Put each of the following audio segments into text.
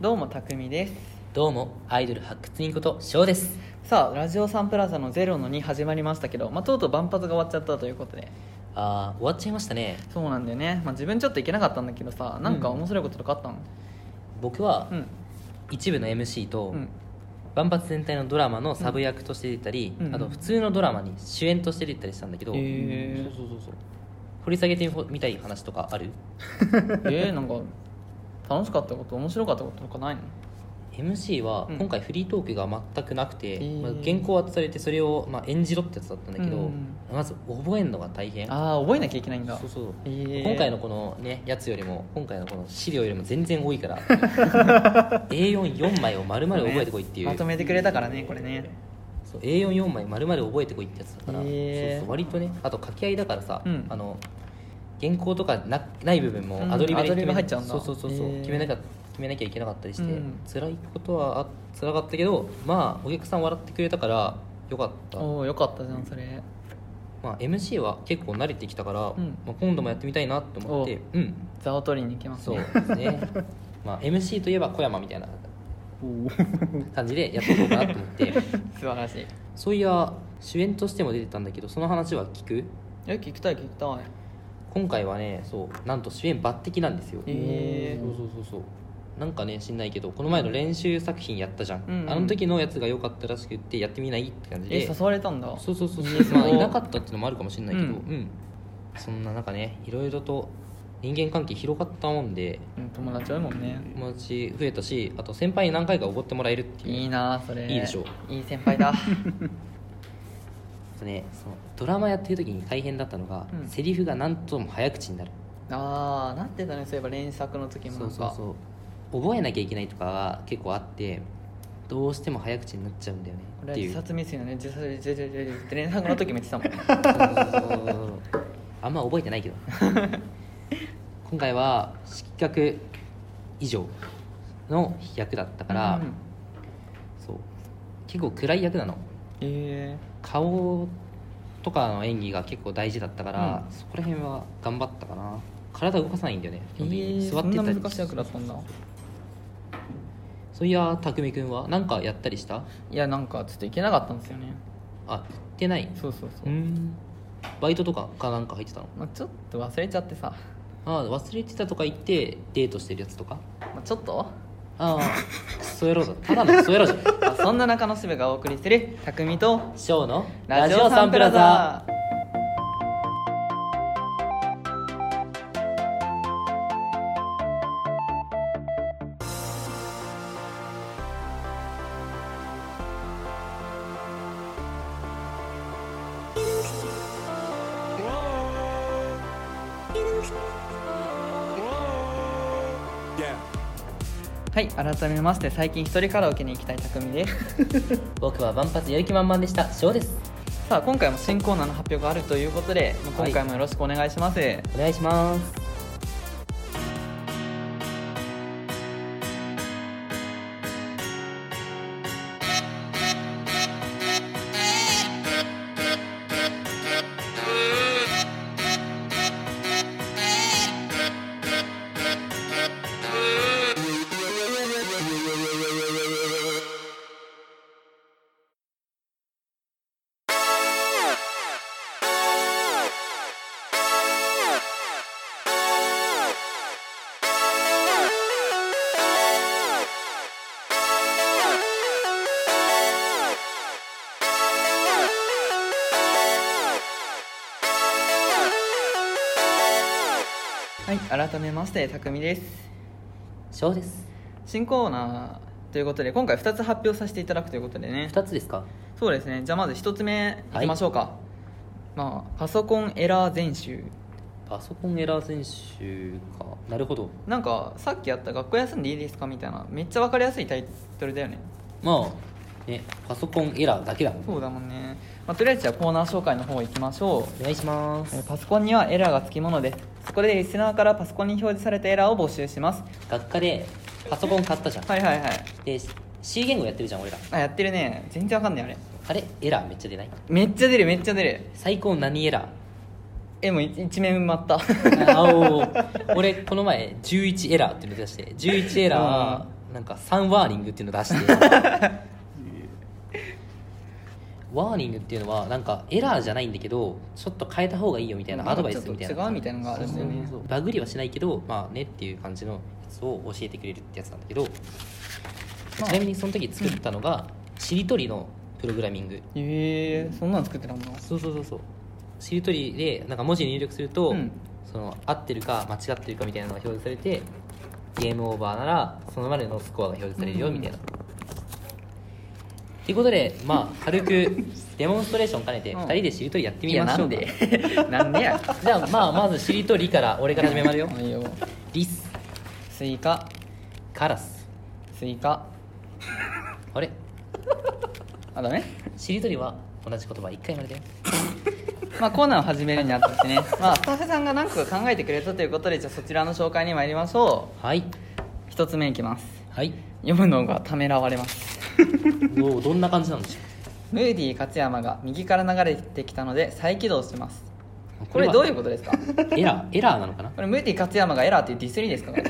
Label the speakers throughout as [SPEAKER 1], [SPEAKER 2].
[SPEAKER 1] どうもたくみです
[SPEAKER 2] どうもアイドル発掘にこと翔です
[SPEAKER 1] さあラジオサンプラザのゼロの2始まりましたけど、まあ、とうとう万発が終わっちゃったということで
[SPEAKER 2] あー終わっちゃいましたね
[SPEAKER 1] そうなんだよね、まあ、自分ちょっと行けなかったんだけどさなんか面白いこととかあったの
[SPEAKER 2] 僕は
[SPEAKER 1] うん
[SPEAKER 2] 一部の MC と、
[SPEAKER 1] うん
[SPEAKER 2] 万発全体のドラマのサブ役として出たり、
[SPEAKER 1] うん
[SPEAKER 2] あと普通のドラマに主演として出たりしたんだけど、
[SPEAKER 1] へー
[SPEAKER 2] そうそうそうそう掘り下げてみたい話とかある
[SPEAKER 1] えー、なんか楽しかったこと面白かったこととかないの
[SPEAKER 2] MC は
[SPEAKER 1] うん
[SPEAKER 2] 今回フリートークが全くなくて、
[SPEAKER 1] ー
[SPEAKER 2] まあ、原稿を渡されてそれをまあ演じろってやつだったんだけど、
[SPEAKER 1] うん
[SPEAKER 2] まず覚えるのが大変
[SPEAKER 1] ああ覚えなきゃいけないんだ
[SPEAKER 2] そうそう
[SPEAKER 1] えー
[SPEAKER 2] 今回のこのねやつよりも今回のこの資料よりも全然多いから A44 枚を丸々覚えてこいっていう、
[SPEAKER 1] まとめてくれたからねこれね
[SPEAKER 2] そう A44 枚丸々覚えてこいってやつだから、
[SPEAKER 1] へー
[SPEAKER 2] そうそう割とねあと書き合いだからさ、
[SPEAKER 1] うん
[SPEAKER 2] あの原稿とかなない部分
[SPEAKER 1] うん
[SPEAKER 2] もアドリブで
[SPEAKER 1] アドリ
[SPEAKER 2] 決
[SPEAKER 1] ブ
[SPEAKER 2] め
[SPEAKER 1] 入っちゃうんだ
[SPEAKER 2] そうそうそうそう
[SPEAKER 1] へー
[SPEAKER 2] 決めなきゃ決めなきゃいけなかったりして、
[SPEAKER 1] うん
[SPEAKER 2] 辛いことはあ辛かったけどまあお客さん笑ってくれたからよかった
[SPEAKER 1] おおよかったじゃんそれ
[SPEAKER 2] まあ、MC は結構慣れてきたから、
[SPEAKER 1] ん
[SPEAKER 2] まあ、今度もやってみたいなと思ってうん
[SPEAKER 1] 座を取りに行きます
[SPEAKER 2] そう
[SPEAKER 1] ね
[SPEAKER 2] です ねまあ MC といえば小山みたいな
[SPEAKER 1] おー
[SPEAKER 2] 感じでやっていこうかなと思って
[SPEAKER 1] 素晴らしい
[SPEAKER 2] そういや主演としても出てたんだけどその話は聞く
[SPEAKER 1] え聞きたい聞きたい
[SPEAKER 2] 今回はねそうなんと主演抜擢なんですよ
[SPEAKER 1] へー
[SPEAKER 2] そうそうそうそうなんかね知んないけどこの前の練習作品やったじゃん、
[SPEAKER 1] うんうん
[SPEAKER 2] あの時のやつが良かったらしくってやってみないって感じ
[SPEAKER 1] え
[SPEAKER 2] で
[SPEAKER 1] 誘われたんだ
[SPEAKER 2] そうそうそう
[SPEAKER 1] いい
[SPEAKER 2] そ
[SPEAKER 1] ね
[SPEAKER 2] う、
[SPEAKER 1] すごい
[SPEAKER 2] まあ、いなかったっていうのもあるかもしれないけど、
[SPEAKER 1] うん
[SPEAKER 2] うんそんな中ねいろいろと人間関係広がったもんで
[SPEAKER 1] うん友達多いもんね
[SPEAKER 2] 友達増えたしあと先輩に何回かおごってもらえるっていう
[SPEAKER 1] いいなあそれ
[SPEAKER 2] いいでしょう
[SPEAKER 1] いい先輩 だ
[SPEAKER 2] あとねそのドラマやってる時に大変だったのが、
[SPEAKER 1] うん
[SPEAKER 2] セリフが何とも早口になる
[SPEAKER 1] ああなってたねそういえば連作の時も
[SPEAKER 2] そ
[SPEAKER 1] なん
[SPEAKER 2] う
[SPEAKER 1] か
[SPEAKER 2] そうそう覚えなきゃいけないとかは結構あってどうしても早口になっちゃうんだよね
[SPEAKER 1] これは
[SPEAKER 2] ってい
[SPEAKER 1] 自
[SPEAKER 2] う
[SPEAKER 1] 殺未遂のね自殺自殺自殺って連作の時も言ってたもん
[SPEAKER 2] そうそうそうそうあんま覚えてない けど今回は失格以上の役だったから、
[SPEAKER 1] うん
[SPEAKER 2] そう結構暗い役なの
[SPEAKER 1] え
[SPEAKER 2] 顔とかの演技が結構大事だったから、
[SPEAKER 1] う
[SPEAKER 2] そこら辺は頑張ったかな体動かさないんだよね
[SPEAKER 1] え
[SPEAKER 2] 基本的に
[SPEAKER 1] ー、
[SPEAKER 2] 座
[SPEAKER 1] そ
[SPEAKER 2] っ
[SPEAKER 1] ん
[SPEAKER 2] て
[SPEAKER 1] な
[SPEAKER 2] た
[SPEAKER 1] 難しい
[SPEAKER 2] り
[SPEAKER 1] 役だったんだ
[SPEAKER 2] そういや匠君は何かやったりした
[SPEAKER 1] いやなんかちょっと行けなかったんですよね
[SPEAKER 2] あ行ってない
[SPEAKER 1] そうそうそうう、
[SPEAKER 2] んバイトとかかなんか入ってたの
[SPEAKER 1] まあ、ちょっと忘れちゃってさ、
[SPEAKER 2] ああ忘れてたとか言ってデートしてるやつとか
[SPEAKER 1] まあ、ちょっと
[SPEAKER 2] あ あクソ野郎だただのクソ野郎じゃん
[SPEAKER 1] あそんな中野渋がお送りする匠と
[SPEAKER 2] ショーの
[SPEAKER 1] ラジオサンプラザはい改めまして最近一人カラオケに行きたい匠 です
[SPEAKER 2] 僕は万発やる気満々でしたショーです
[SPEAKER 1] さあ今回も新コーナーの発表があるということでまあ今回もよろしくお願いします、
[SPEAKER 2] お願いします
[SPEAKER 1] はい改めまして匠です
[SPEAKER 2] ショーです
[SPEAKER 1] 新コーナーということで今回2つ発表させていただくということでね
[SPEAKER 2] 2つですか
[SPEAKER 1] そうですねじゃあまず1つ目いきましょうか、まあパソコンエラー全集
[SPEAKER 2] パソコンエラー選手かなるほど
[SPEAKER 1] なんかさっきやった「学校休んでいいですか?」みたいなめっちゃ分かりやすいタイトルだよね
[SPEAKER 2] まあねパソコンエラーだけだもん
[SPEAKER 1] そうだもんね、まあ、とりあえずじゃあコーナー紹介の方行きましょう
[SPEAKER 2] お願いします
[SPEAKER 1] えーパソコンにはエラーがつきものですそこでリスナーからパソコンに表示されたエラーを募集します
[SPEAKER 2] 学科でパソコン買ったじゃん
[SPEAKER 1] はいはいはい
[SPEAKER 2] で C 言語やってるじゃん俺ら
[SPEAKER 1] あやってるね全然わかんないあれ
[SPEAKER 2] あれエラーめっちゃ出ない
[SPEAKER 1] めっちゃ出るめっちゃ出る
[SPEAKER 2] 最高何エラ
[SPEAKER 1] えもう一一面埋まった
[SPEAKER 2] ーあおー俺この前11エラーっていうの出して11エラーなんかサンワーニングっていうのを出して ワーニングっていうのはなんかエラーじゃないんだけどちょっと変えた方がいいよみたいなアドバイスみたいな
[SPEAKER 1] ちょっと違うみたいなのがあるんだよね
[SPEAKER 2] そうそうそうバグりはしないけどまあねっていう感じのやつを教えてくれるってやつなんだけど、
[SPEAKER 1] まあ
[SPEAKER 2] ちなみにその時作ったのが、しりとりのプログラミング
[SPEAKER 1] えー、そんなん作ってたもんな
[SPEAKER 2] そうそうそうそうしりとりでなんか文字入力すると、
[SPEAKER 1] うん
[SPEAKER 2] その合ってるか間違ってるかみたいなのが表示されてゲームオーバーならそのまでのスコアが表示されるよ
[SPEAKER 1] うん
[SPEAKER 2] みたいな。ということで、まあ、軽くデモンストレーション兼ねて
[SPEAKER 1] うん
[SPEAKER 2] 2人でしりとりやってみ
[SPEAKER 1] や
[SPEAKER 2] まし
[SPEAKER 1] な
[SPEAKER 2] ょうんか、
[SPEAKER 1] で なんでや
[SPEAKER 2] じゃあ、まあ、まずしりとりから俺から始めまるよ
[SPEAKER 1] あいいよ
[SPEAKER 2] リス
[SPEAKER 1] スイカ
[SPEAKER 2] カラス
[SPEAKER 1] スイカ
[SPEAKER 2] あれ
[SPEAKER 1] あだね
[SPEAKER 2] しりとりは同じ言葉1回までだよ
[SPEAKER 1] まあコーナーを始めるにあたって ね、まあ、スタッフさんが何個か考えてくれたということでじゃあそちらの紹介に参りましょ
[SPEAKER 2] はい、
[SPEAKER 1] う一つ目いきます
[SPEAKER 2] はい、
[SPEAKER 1] 読むのがためらわれます
[SPEAKER 2] どうどんな感じなんでしょ
[SPEAKER 1] ムーディ勝山が右から流れてきたので再起動します
[SPEAKER 2] う
[SPEAKER 1] これどう
[SPEAKER 2] い
[SPEAKER 1] いうことですか
[SPEAKER 2] うエラ ーエラーなのかな
[SPEAKER 1] これムーディ勝山がエラーっていうディスリですかね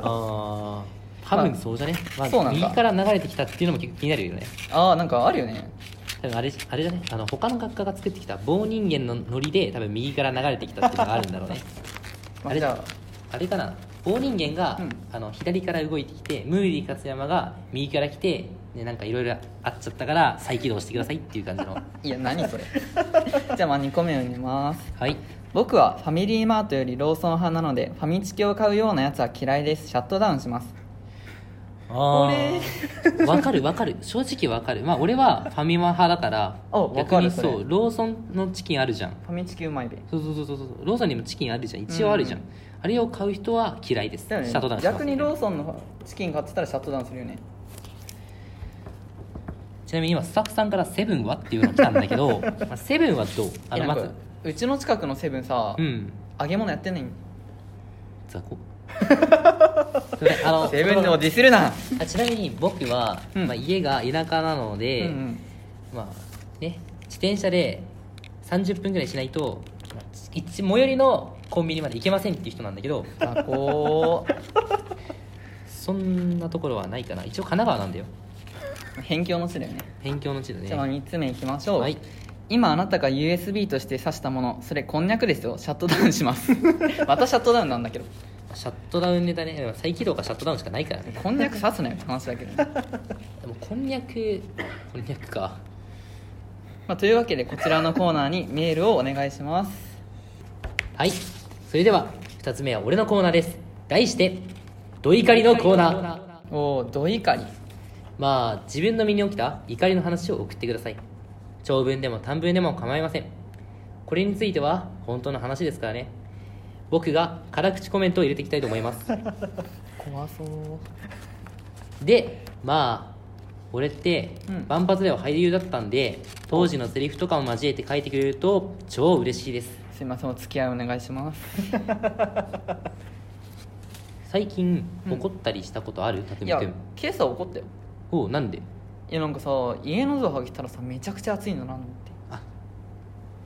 [SPEAKER 2] あー多分そうじゃね、まあ
[SPEAKER 1] そうなんか
[SPEAKER 2] 右から流れてきたっていうのも結構気になるよね
[SPEAKER 1] ああなんかあるよね
[SPEAKER 2] 多分あれあれじゃねあの他の学科が作ってきた棒人間のノリで多分右から流れてきたっていうのがあるんだ ろうね
[SPEAKER 1] ま
[SPEAKER 2] あ
[SPEAKER 1] あじ
[SPEAKER 2] れじ
[SPEAKER 1] ゃ
[SPEAKER 2] ゃ
[SPEAKER 1] あ
[SPEAKER 2] あれかな棒人間が、
[SPEAKER 1] うん
[SPEAKER 2] あの左から動いてきてムーリー勝山が右から来て、ね、なんかいろいろあっちゃったから再起動してくださいっていう感じ の
[SPEAKER 1] いや何それ じゃあまあ2個目を読みます
[SPEAKER 2] はい
[SPEAKER 1] 僕はファミリーマートよりローソン派なのでファミチキを買うようなやつは嫌いですシャットダウンします
[SPEAKER 2] あーわかるわかる正直わかるまあ俺はファミマ派だから
[SPEAKER 1] あわかる
[SPEAKER 2] 逆に
[SPEAKER 1] それ
[SPEAKER 2] そうローソンのチキンあるじゃん
[SPEAKER 1] ファミチキうまいべ
[SPEAKER 2] そうそうそうそうそうローソンにもチキンあるじゃん一応あるじゃん、あれを買う人は嫌いです、
[SPEAKER 1] だよね
[SPEAKER 2] シャトダウンします
[SPEAKER 1] 逆にローソンのチキン買ってたらシャットダウンするよね
[SPEAKER 2] ちなみに今スタッフさんから「セブンは?」っていうのが来たんだ けどまあセブンはどうあの
[SPEAKER 1] えな
[SPEAKER 2] ま
[SPEAKER 1] んか
[SPEAKER 2] ず
[SPEAKER 1] うちの近くのセブンさ、
[SPEAKER 2] うん
[SPEAKER 1] 揚げ物やってんねん
[SPEAKER 2] 雑 魚すいませんあの
[SPEAKER 1] セブンでもディスるな
[SPEAKER 2] あちなみに僕は、
[SPEAKER 1] うん
[SPEAKER 2] まあ、家が田舎なの
[SPEAKER 1] うん
[SPEAKER 2] で、
[SPEAKER 1] うん
[SPEAKER 2] まあね自転車で30分ぐらいしないとまあ一最寄りのコンビニまで行けませんっていう人なんだけど
[SPEAKER 1] 雑魚
[SPEAKER 2] そんなところはないかな一応神奈川なんだよ
[SPEAKER 1] 辺境の地だよね
[SPEAKER 2] 辺境の地だね
[SPEAKER 1] じゃあまあ3つ目いきましょう、
[SPEAKER 2] はい
[SPEAKER 1] 今あなたが USB として挿したものそれこんにゃくですよシャットダウンします またシャットダウンなんだけど
[SPEAKER 2] シャットダウンネタね再起動かシャットダウンしかないからね
[SPEAKER 1] こんにゃく刺すなよって話だけどね、
[SPEAKER 2] でもこんにゃくこんにゃくか
[SPEAKER 1] まあ、というわけでこちらのコーナーにメールをお願いします
[SPEAKER 2] はいそれでは2つ目は俺のコーナーです題して「ド怒りのコーナー」
[SPEAKER 1] おおどいかり
[SPEAKER 2] まあ自分の身に起きた怒りの話を送ってください長文でも短文でも構いませんこれについては本当の話ですからね僕が辛口コメントを入れていきたいと思います
[SPEAKER 1] 怖そう
[SPEAKER 2] でまあ俺って
[SPEAKER 1] うん
[SPEAKER 2] 万発では俳優だったんで当時のセリフとかも交えて書いてくれると超嬉しいです
[SPEAKER 1] すいませんお付き合いお願いします
[SPEAKER 2] 最近
[SPEAKER 1] うん
[SPEAKER 2] 怒ったりしたことある、たく
[SPEAKER 1] い
[SPEAKER 2] み
[SPEAKER 1] や
[SPEAKER 2] くん
[SPEAKER 1] 今朝怒ったよ
[SPEAKER 2] おうなんで
[SPEAKER 1] いやなんかさ家のドア開けたらさめちゃくちゃ暑いんだなと思って
[SPEAKER 2] あ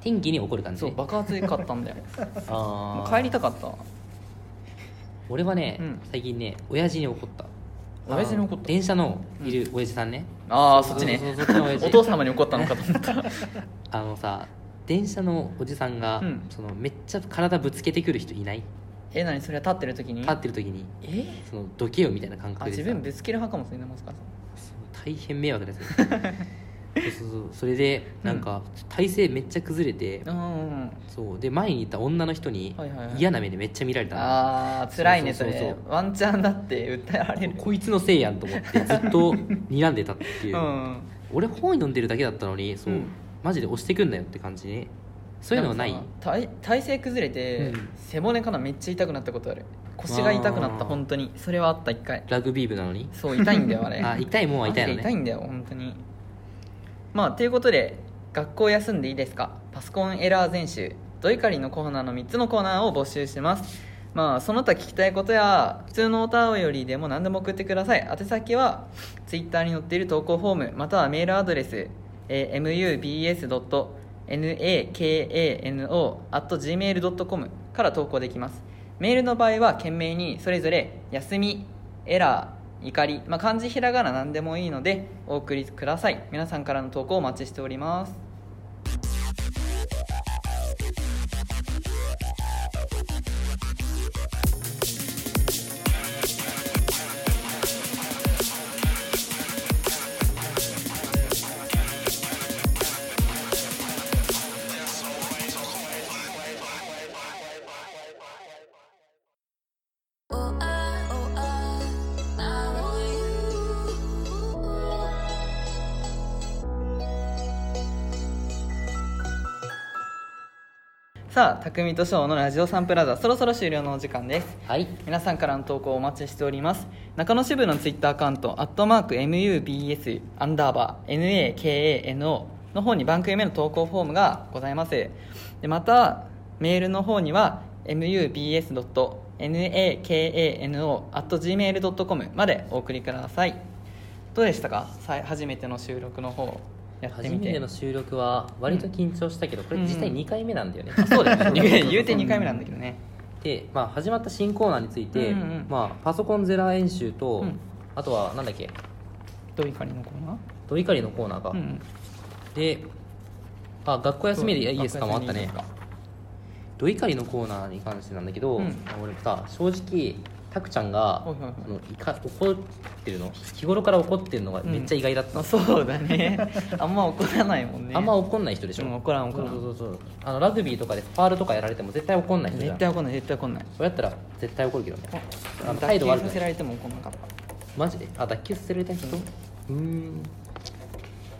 [SPEAKER 2] 天気に怒る感じ
[SPEAKER 1] そう
[SPEAKER 2] ね
[SPEAKER 1] 爆発で買ったんだよも
[SPEAKER 2] あ
[SPEAKER 1] う
[SPEAKER 2] ー
[SPEAKER 1] 帰りたかった
[SPEAKER 2] 俺はね、
[SPEAKER 1] うん
[SPEAKER 2] 最近ね親父に怒った
[SPEAKER 1] 親父に怒った
[SPEAKER 2] あの電車のいる親父さんね、
[SPEAKER 1] ああそっちね
[SPEAKER 2] そうそうそうそっちの親父
[SPEAKER 1] お父様に怒ったのかと思った
[SPEAKER 2] あのさ電車のおじさんが、
[SPEAKER 1] うん
[SPEAKER 2] そのめっちゃ体ぶつけてくる人いない
[SPEAKER 1] え何それ立ってる時に
[SPEAKER 2] 立ってる時に
[SPEAKER 1] え
[SPEAKER 2] そのどけよみたいな感
[SPEAKER 1] あ
[SPEAKER 2] 覚で
[SPEAKER 1] 自
[SPEAKER 2] さ
[SPEAKER 1] 分ぶつける派かもしれないもしかしたら
[SPEAKER 2] 大変 迷惑ですそうそうそうそれでなんか体勢めっちゃ崩れて、
[SPEAKER 1] うんうんうん
[SPEAKER 2] そうで前にいた女の人に
[SPEAKER 1] はいはいはい
[SPEAKER 2] 嫌な目でめっちゃ見られたの
[SPEAKER 1] あー辛いねそ
[SPEAKER 2] そうそうそう
[SPEAKER 1] れワンチャンだって訴えられる
[SPEAKER 2] こいつのせいやんと思ってずっと睨んでたって
[SPEAKER 1] う
[SPEAKER 2] い
[SPEAKER 1] ん
[SPEAKER 2] う、
[SPEAKER 1] うん
[SPEAKER 2] 俺本読んでるだけだったのにそう、
[SPEAKER 1] うん
[SPEAKER 2] マジで押してくんなよって感じねそういうのはない
[SPEAKER 1] でもさ体体勢崩れて、
[SPEAKER 2] うん
[SPEAKER 1] 背骨からめっちゃ痛くなったことある腰が痛くなった
[SPEAKER 2] あー
[SPEAKER 1] 本当にそれはあった一回
[SPEAKER 2] ラグビー部なのに
[SPEAKER 1] そう痛いんだよあれ
[SPEAKER 2] あ痛いもんは痛いの
[SPEAKER 1] マジで痛
[SPEAKER 2] ね
[SPEAKER 1] いんだよ本当にまあということで学校休んでいいですかパソコンエラー全集ドイカリのコーナーの3つのコーナーを募集しますまあその他聞きたいことや普通のお便りでも何でも送ってください宛先は Twitter に載っている投稿フォームまたはメールアドレス、えー mubs.nakano.gmail.com から投稿できますメールの場合は懸命にそれぞれ「休み」「エラー」怒り、まあ、漢字ひらがな何でもいいのでお送りください皆さんからの投稿をお待ちしております
[SPEAKER 3] 「おあおあなのゆう」
[SPEAKER 1] さあ匠と翔のラジオサンプラザそろそろ終了のお時間です
[SPEAKER 2] はい
[SPEAKER 1] 皆さんからの投稿をお待ちしております中野支部のツイッターアカウント「アットマーク #MUBS アンダーバー NAKANO」の方に番組への投稿フォームがございますでまたメールの方には MUBS.NAKANO.gmail.com までお送りくださいどうでしたかさい初めての収録の方やって
[SPEAKER 2] 初
[SPEAKER 1] み
[SPEAKER 2] めて
[SPEAKER 1] て
[SPEAKER 2] の収録は割と緊張したけど、これ実際
[SPEAKER 1] うん
[SPEAKER 2] 2回目なんだよね、
[SPEAKER 1] そう だよね 言うて2回目なんだけどね
[SPEAKER 2] で、まあ、始まった新コーナーについて、
[SPEAKER 1] うんうん
[SPEAKER 2] まあ、パソコンゼラ演習と、
[SPEAKER 1] うん
[SPEAKER 2] あとはなんだっけ
[SPEAKER 1] どういう感じのコーナ
[SPEAKER 2] ドイカリのコーナーが、
[SPEAKER 1] ー、うん、
[SPEAKER 2] であ学校休みでいいですかもあったねドイカリのコーナーに関してなんだけど、
[SPEAKER 1] うん
[SPEAKER 2] 俺さ正直たくちゃんが、
[SPEAKER 1] はいはいはい
[SPEAKER 2] あのいか怒ってるの日頃から怒ってるのがめっちゃ意外だったの、
[SPEAKER 1] あそうだねあんま怒らないもんね
[SPEAKER 2] あんま怒んない人でしょ、
[SPEAKER 1] うん怒らん怒らん
[SPEAKER 2] そうそうそうそうあのラグビーとかでファールとかやられても絶対怒んない人じゃ
[SPEAKER 1] 絶
[SPEAKER 2] ん
[SPEAKER 1] 対怒んない絶対怒んない
[SPEAKER 2] そうやったら絶対怒るけどねあの
[SPEAKER 1] 脱
[SPEAKER 2] 態
[SPEAKER 1] 臼
[SPEAKER 2] 度悪
[SPEAKER 1] さ
[SPEAKER 2] くな
[SPEAKER 1] せら
[SPEAKER 2] い
[SPEAKER 1] れても怒んなかった
[SPEAKER 2] マジであ脱臼させられた人うーん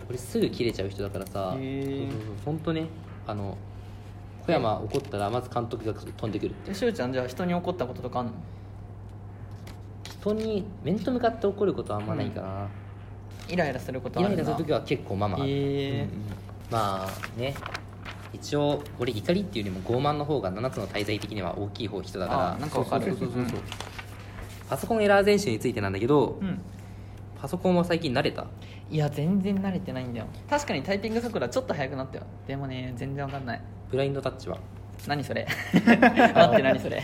[SPEAKER 2] 俺すぐ切れちゃう人だからさ
[SPEAKER 1] へー
[SPEAKER 2] そうそうそう本当ねあの小山怒ったらまず監督が飛んでくる
[SPEAKER 1] えしゅうちゃんじゃあ人に怒ったこととかあんの
[SPEAKER 2] 人に面と向かって怒ることはあんまないかな、
[SPEAKER 1] イライラすること
[SPEAKER 2] イ
[SPEAKER 1] あ
[SPEAKER 2] ラ
[SPEAKER 1] る
[SPEAKER 2] イ
[SPEAKER 1] んだ
[SPEAKER 2] ラする時は結構ママある、
[SPEAKER 1] へー
[SPEAKER 2] うんうんまあね一応俺怒りっていうよりも傲慢の方が7つの滞在的には大きい方人だから
[SPEAKER 1] あなんかわかる
[SPEAKER 2] そうそうそうそうパソコンエラー全集についてなんだけど、
[SPEAKER 1] うん
[SPEAKER 2] パソコンは最近慣れた
[SPEAKER 1] いや全然慣れてないんだよ確かにタイピング速度はちょっと速くなったよでもね全然わかんない
[SPEAKER 2] ブラインドタッチは
[SPEAKER 1] 何 それ待って何それ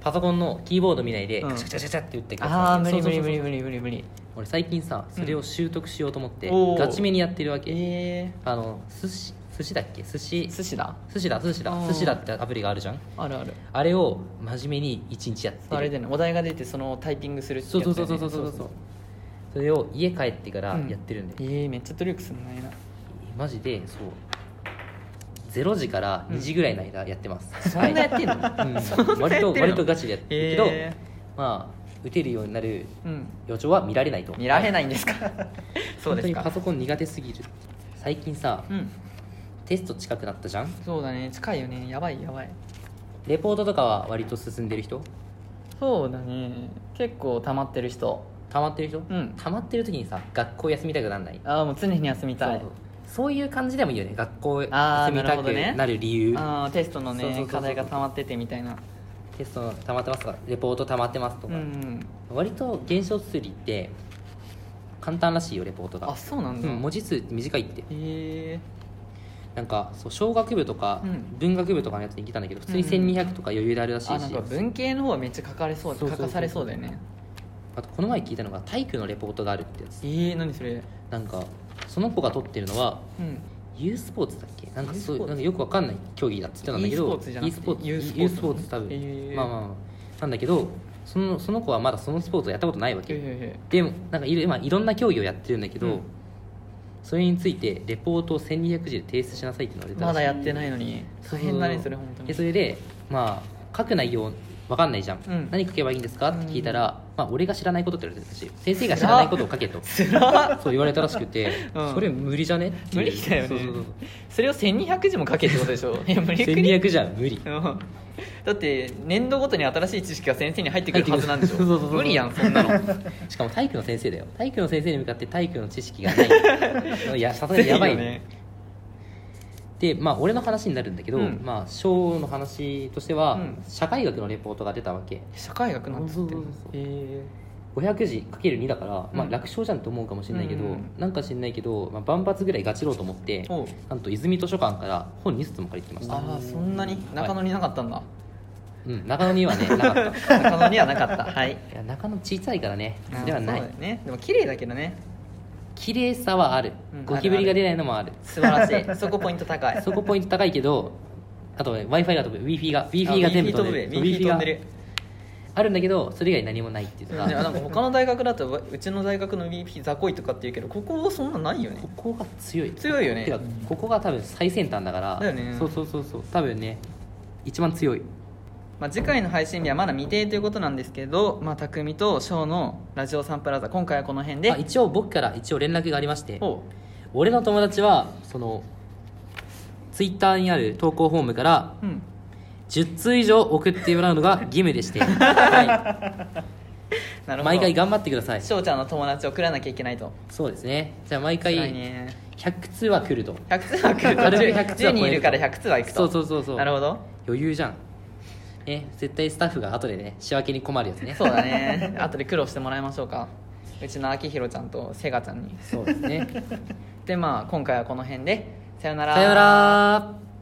[SPEAKER 2] パソコンのキーボード見ないで
[SPEAKER 1] うん
[SPEAKER 2] カチャカチャカチャって打ってください
[SPEAKER 1] ああ無理
[SPEAKER 2] そ
[SPEAKER 1] 無
[SPEAKER 2] うそ
[SPEAKER 1] 理
[SPEAKER 2] うそう
[SPEAKER 1] 無理無理無理無理
[SPEAKER 2] 俺最近さそれを習得しようと思って、
[SPEAKER 1] おー
[SPEAKER 2] ガチめにやってるわけ、
[SPEAKER 1] え
[SPEAKER 2] あの寿司寿司だっけ寿司
[SPEAKER 1] ー、寿司だ
[SPEAKER 2] 寿司だ寿司
[SPEAKER 1] あ
[SPEAKER 2] だ
[SPEAKER 1] ー
[SPEAKER 2] 寿司だってアプリがあるじゃん
[SPEAKER 1] あるある
[SPEAKER 2] あれを真面目に一日やってる
[SPEAKER 1] あれでねお題が出てそのタイピングするって
[SPEAKER 2] そう
[SPEAKER 1] やつ
[SPEAKER 2] そ
[SPEAKER 1] だ
[SPEAKER 2] うそ
[SPEAKER 1] よ
[SPEAKER 2] うそう
[SPEAKER 1] ね
[SPEAKER 2] そうそうそうそれを家帰ってから
[SPEAKER 1] うん
[SPEAKER 2] やってるんで、
[SPEAKER 1] えー、めっちゃ努力するのないな
[SPEAKER 2] マジでそう0時から2時ぐらいの間やってます、
[SPEAKER 1] そんなやってんの
[SPEAKER 2] うん、割と割とガチでやってるけど、
[SPEAKER 1] え
[SPEAKER 2] まあ打てるようになる
[SPEAKER 1] ーうん
[SPEAKER 2] 予兆は見られないと
[SPEAKER 1] 見られないんですかそうです
[SPEAKER 2] 本当にパ
[SPEAKER 1] か
[SPEAKER 2] ソコン苦手すぎる最近さ
[SPEAKER 1] うん
[SPEAKER 2] テスト近くなったじゃん
[SPEAKER 1] そうだね近いよねやばいやばい
[SPEAKER 2] レポートとかは割と進んでる人
[SPEAKER 1] そうだね結構溜まってる人
[SPEAKER 2] 溜まってる人、
[SPEAKER 1] ん
[SPEAKER 2] 溜まってる時にさ学校休みたくなんない
[SPEAKER 1] ああもう常に休みたい
[SPEAKER 2] そうそういう感じでもいいよね学校
[SPEAKER 1] あー
[SPEAKER 2] 休みたくなる理由
[SPEAKER 1] あーテストの
[SPEAKER 2] そうそうそう
[SPEAKER 1] ね
[SPEAKER 2] そう
[SPEAKER 1] 課題が溜まっててみたいな
[SPEAKER 2] テスト溜まってますとかレポート溜まってますと
[SPEAKER 1] うん
[SPEAKER 2] か、
[SPEAKER 1] うん
[SPEAKER 2] 割と現象数理って簡単らしいよレポートが
[SPEAKER 1] あそうなん
[SPEAKER 2] う
[SPEAKER 1] だ
[SPEAKER 2] ん文字数短いって
[SPEAKER 1] へえ
[SPEAKER 2] なんかそう小学部とか
[SPEAKER 1] うん
[SPEAKER 2] 文学部とかのやつに来たんだけど普通に
[SPEAKER 1] うんうん
[SPEAKER 2] 1200とか余裕であるらしいし、
[SPEAKER 1] あなんか文系の方はめっちゃ書かれそう
[SPEAKER 2] そうそう
[SPEAKER 1] 書
[SPEAKER 2] そう
[SPEAKER 1] かされそうだよね
[SPEAKER 2] あとこの前聞いたのが体育のレポートがあるってやつ
[SPEAKER 1] ええ何それ
[SPEAKER 2] なんかその子が取ってるのは
[SPEAKER 1] うん、
[SPEAKER 2] U スポーツだっけなんかそう
[SPEAKER 1] U スポーツ
[SPEAKER 2] なんかよくわかんない競技だっつってたんだけ
[SPEAKER 1] E スポ
[SPEAKER 2] ど
[SPEAKER 1] ーツじゃなくて
[SPEAKER 2] E スポーツ
[SPEAKER 1] U スポーツ
[SPEAKER 2] U スポーツ多分、
[SPEAKER 1] へえ
[SPEAKER 2] まあまあまあなんだけどそのその子はまだそのスポーツをやったことないわけ、
[SPEAKER 1] え
[SPEAKER 2] でもなんかいろ今いろんな競技をやってるんだけど、
[SPEAKER 1] うん
[SPEAKER 2] それについてレポートを1200字で提出しなさいっていうのが
[SPEAKER 1] え
[SPEAKER 2] 出たらし
[SPEAKER 1] まだやっ
[SPEAKER 2] い
[SPEAKER 1] てないのに
[SPEAKER 2] そう
[SPEAKER 1] 大変だねそれ本当
[SPEAKER 2] で
[SPEAKER 1] に
[SPEAKER 2] それでまあ書く内容わかんないじゃん、
[SPEAKER 1] うん
[SPEAKER 2] 何書けばいいんですかって聞いたら、まあ、俺が知らないことって言われてたし先生が知らないことを書けと
[SPEAKER 1] つらっ
[SPEAKER 2] そう言われたらしくて、
[SPEAKER 1] うん
[SPEAKER 2] それ無理じゃねっていう
[SPEAKER 1] 無理だよね
[SPEAKER 2] そうそうそう
[SPEAKER 1] それを1200字も書けってことでしょいや無理くり
[SPEAKER 2] 1200じゃ無理
[SPEAKER 1] うんだって年度ごとに新しい知識が先生に入ってくるはずなんでしょ
[SPEAKER 2] そうそうそうそう
[SPEAKER 1] 無理やんそんなの
[SPEAKER 2] しかも体育の先生だよ体育の先生に向かって体育の知識がない いやさすが にやばい
[SPEAKER 1] よね
[SPEAKER 2] でまあ俺の話になるんだけど、
[SPEAKER 1] うん
[SPEAKER 2] まあ小の話としては、
[SPEAKER 1] うん
[SPEAKER 2] 社会学のレポートが出たわけ
[SPEAKER 1] 社会学なんつって
[SPEAKER 2] そうそうそう
[SPEAKER 1] へえ
[SPEAKER 2] 500字 ×2 だから、まあ、
[SPEAKER 1] うん
[SPEAKER 2] 楽勝じゃんと思うかもしれないけど、
[SPEAKER 1] うんうん
[SPEAKER 2] なんか知んないけど、まあ、万発ぐらいガチろうと思って
[SPEAKER 1] おう
[SPEAKER 2] なんと泉図書館から本2冊も借りてきました
[SPEAKER 1] ああそんなに中野になかったんだ、
[SPEAKER 2] いうん、中野 にはねなかったい
[SPEAKER 1] 中野にはな かったはい
[SPEAKER 2] や中野小さいからねではな
[SPEAKER 1] そう
[SPEAKER 2] い
[SPEAKER 1] だよねでも綺麗だけどね
[SPEAKER 2] 綺麗さはある、
[SPEAKER 1] うん
[SPEAKER 2] ゴキブリが出ないのもある
[SPEAKER 1] 素晴らし いそこポイント高い
[SPEAKER 2] そこポイント高いけどあと w i f i が飛ぶ w i f i が w i f
[SPEAKER 1] あ
[SPEAKER 2] i が全部飛んで
[SPEAKER 1] Wi-Fi
[SPEAKER 2] る
[SPEAKER 1] 飛ぶ
[SPEAKER 2] Wi-Fi
[SPEAKER 1] 飛
[SPEAKER 2] が
[SPEAKER 1] んでる
[SPEAKER 2] あるんだけどそれ以外何もないっていう
[SPEAKER 1] うん
[SPEAKER 2] の
[SPEAKER 1] いや
[SPEAKER 2] が、
[SPEAKER 1] なんか他の大学だとうちの大学の BP 雑魚いとかって言うけどここはそんなないよね
[SPEAKER 2] ここが強い
[SPEAKER 1] 強いよね
[SPEAKER 2] てかここが多分最先端だから
[SPEAKER 1] だよね
[SPEAKER 2] そうそうそうそう多分ね一番強い
[SPEAKER 1] まあ、次回の配信日はまだ未定ということなんですけど、まあ、匠と翔のラジオサンプラザ今回はこの辺で
[SPEAKER 2] あ一応僕から一応連絡がありまして
[SPEAKER 1] おう
[SPEAKER 2] 俺の友達はそのツイッターにある投稿フォームから
[SPEAKER 1] うん
[SPEAKER 2] 10通以上送ってもらうのが義務 でして、は
[SPEAKER 1] なる
[SPEAKER 2] い、
[SPEAKER 1] ほど
[SPEAKER 2] 毎回頑張ってください
[SPEAKER 1] 翔ちゃんの友達を送らなきゃいけないと
[SPEAKER 2] そうですねじゃあ毎
[SPEAKER 1] 辛い
[SPEAKER 2] 回
[SPEAKER 1] ね
[SPEAKER 2] 100通は来ると
[SPEAKER 1] 100通は来ると
[SPEAKER 2] 軽く100
[SPEAKER 1] 10,
[SPEAKER 2] 通は超える
[SPEAKER 1] 人
[SPEAKER 2] と
[SPEAKER 1] いるから100通は行くと
[SPEAKER 2] そうそうそうそう
[SPEAKER 1] なるほ ど
[SPEAKER 2] 余裕じゃんね絶対スタッフが後でね仕分けに困るやつね
[SPEAKER 1] そうだね後で苦労してもらいましょうかうちのあきひろちゃんとせがちゃんに
[SPEAKER 2] そうですね
[SPEAKER 1] でまあ今回はこの辺でさよなら
[SPEAKER 2] さよなら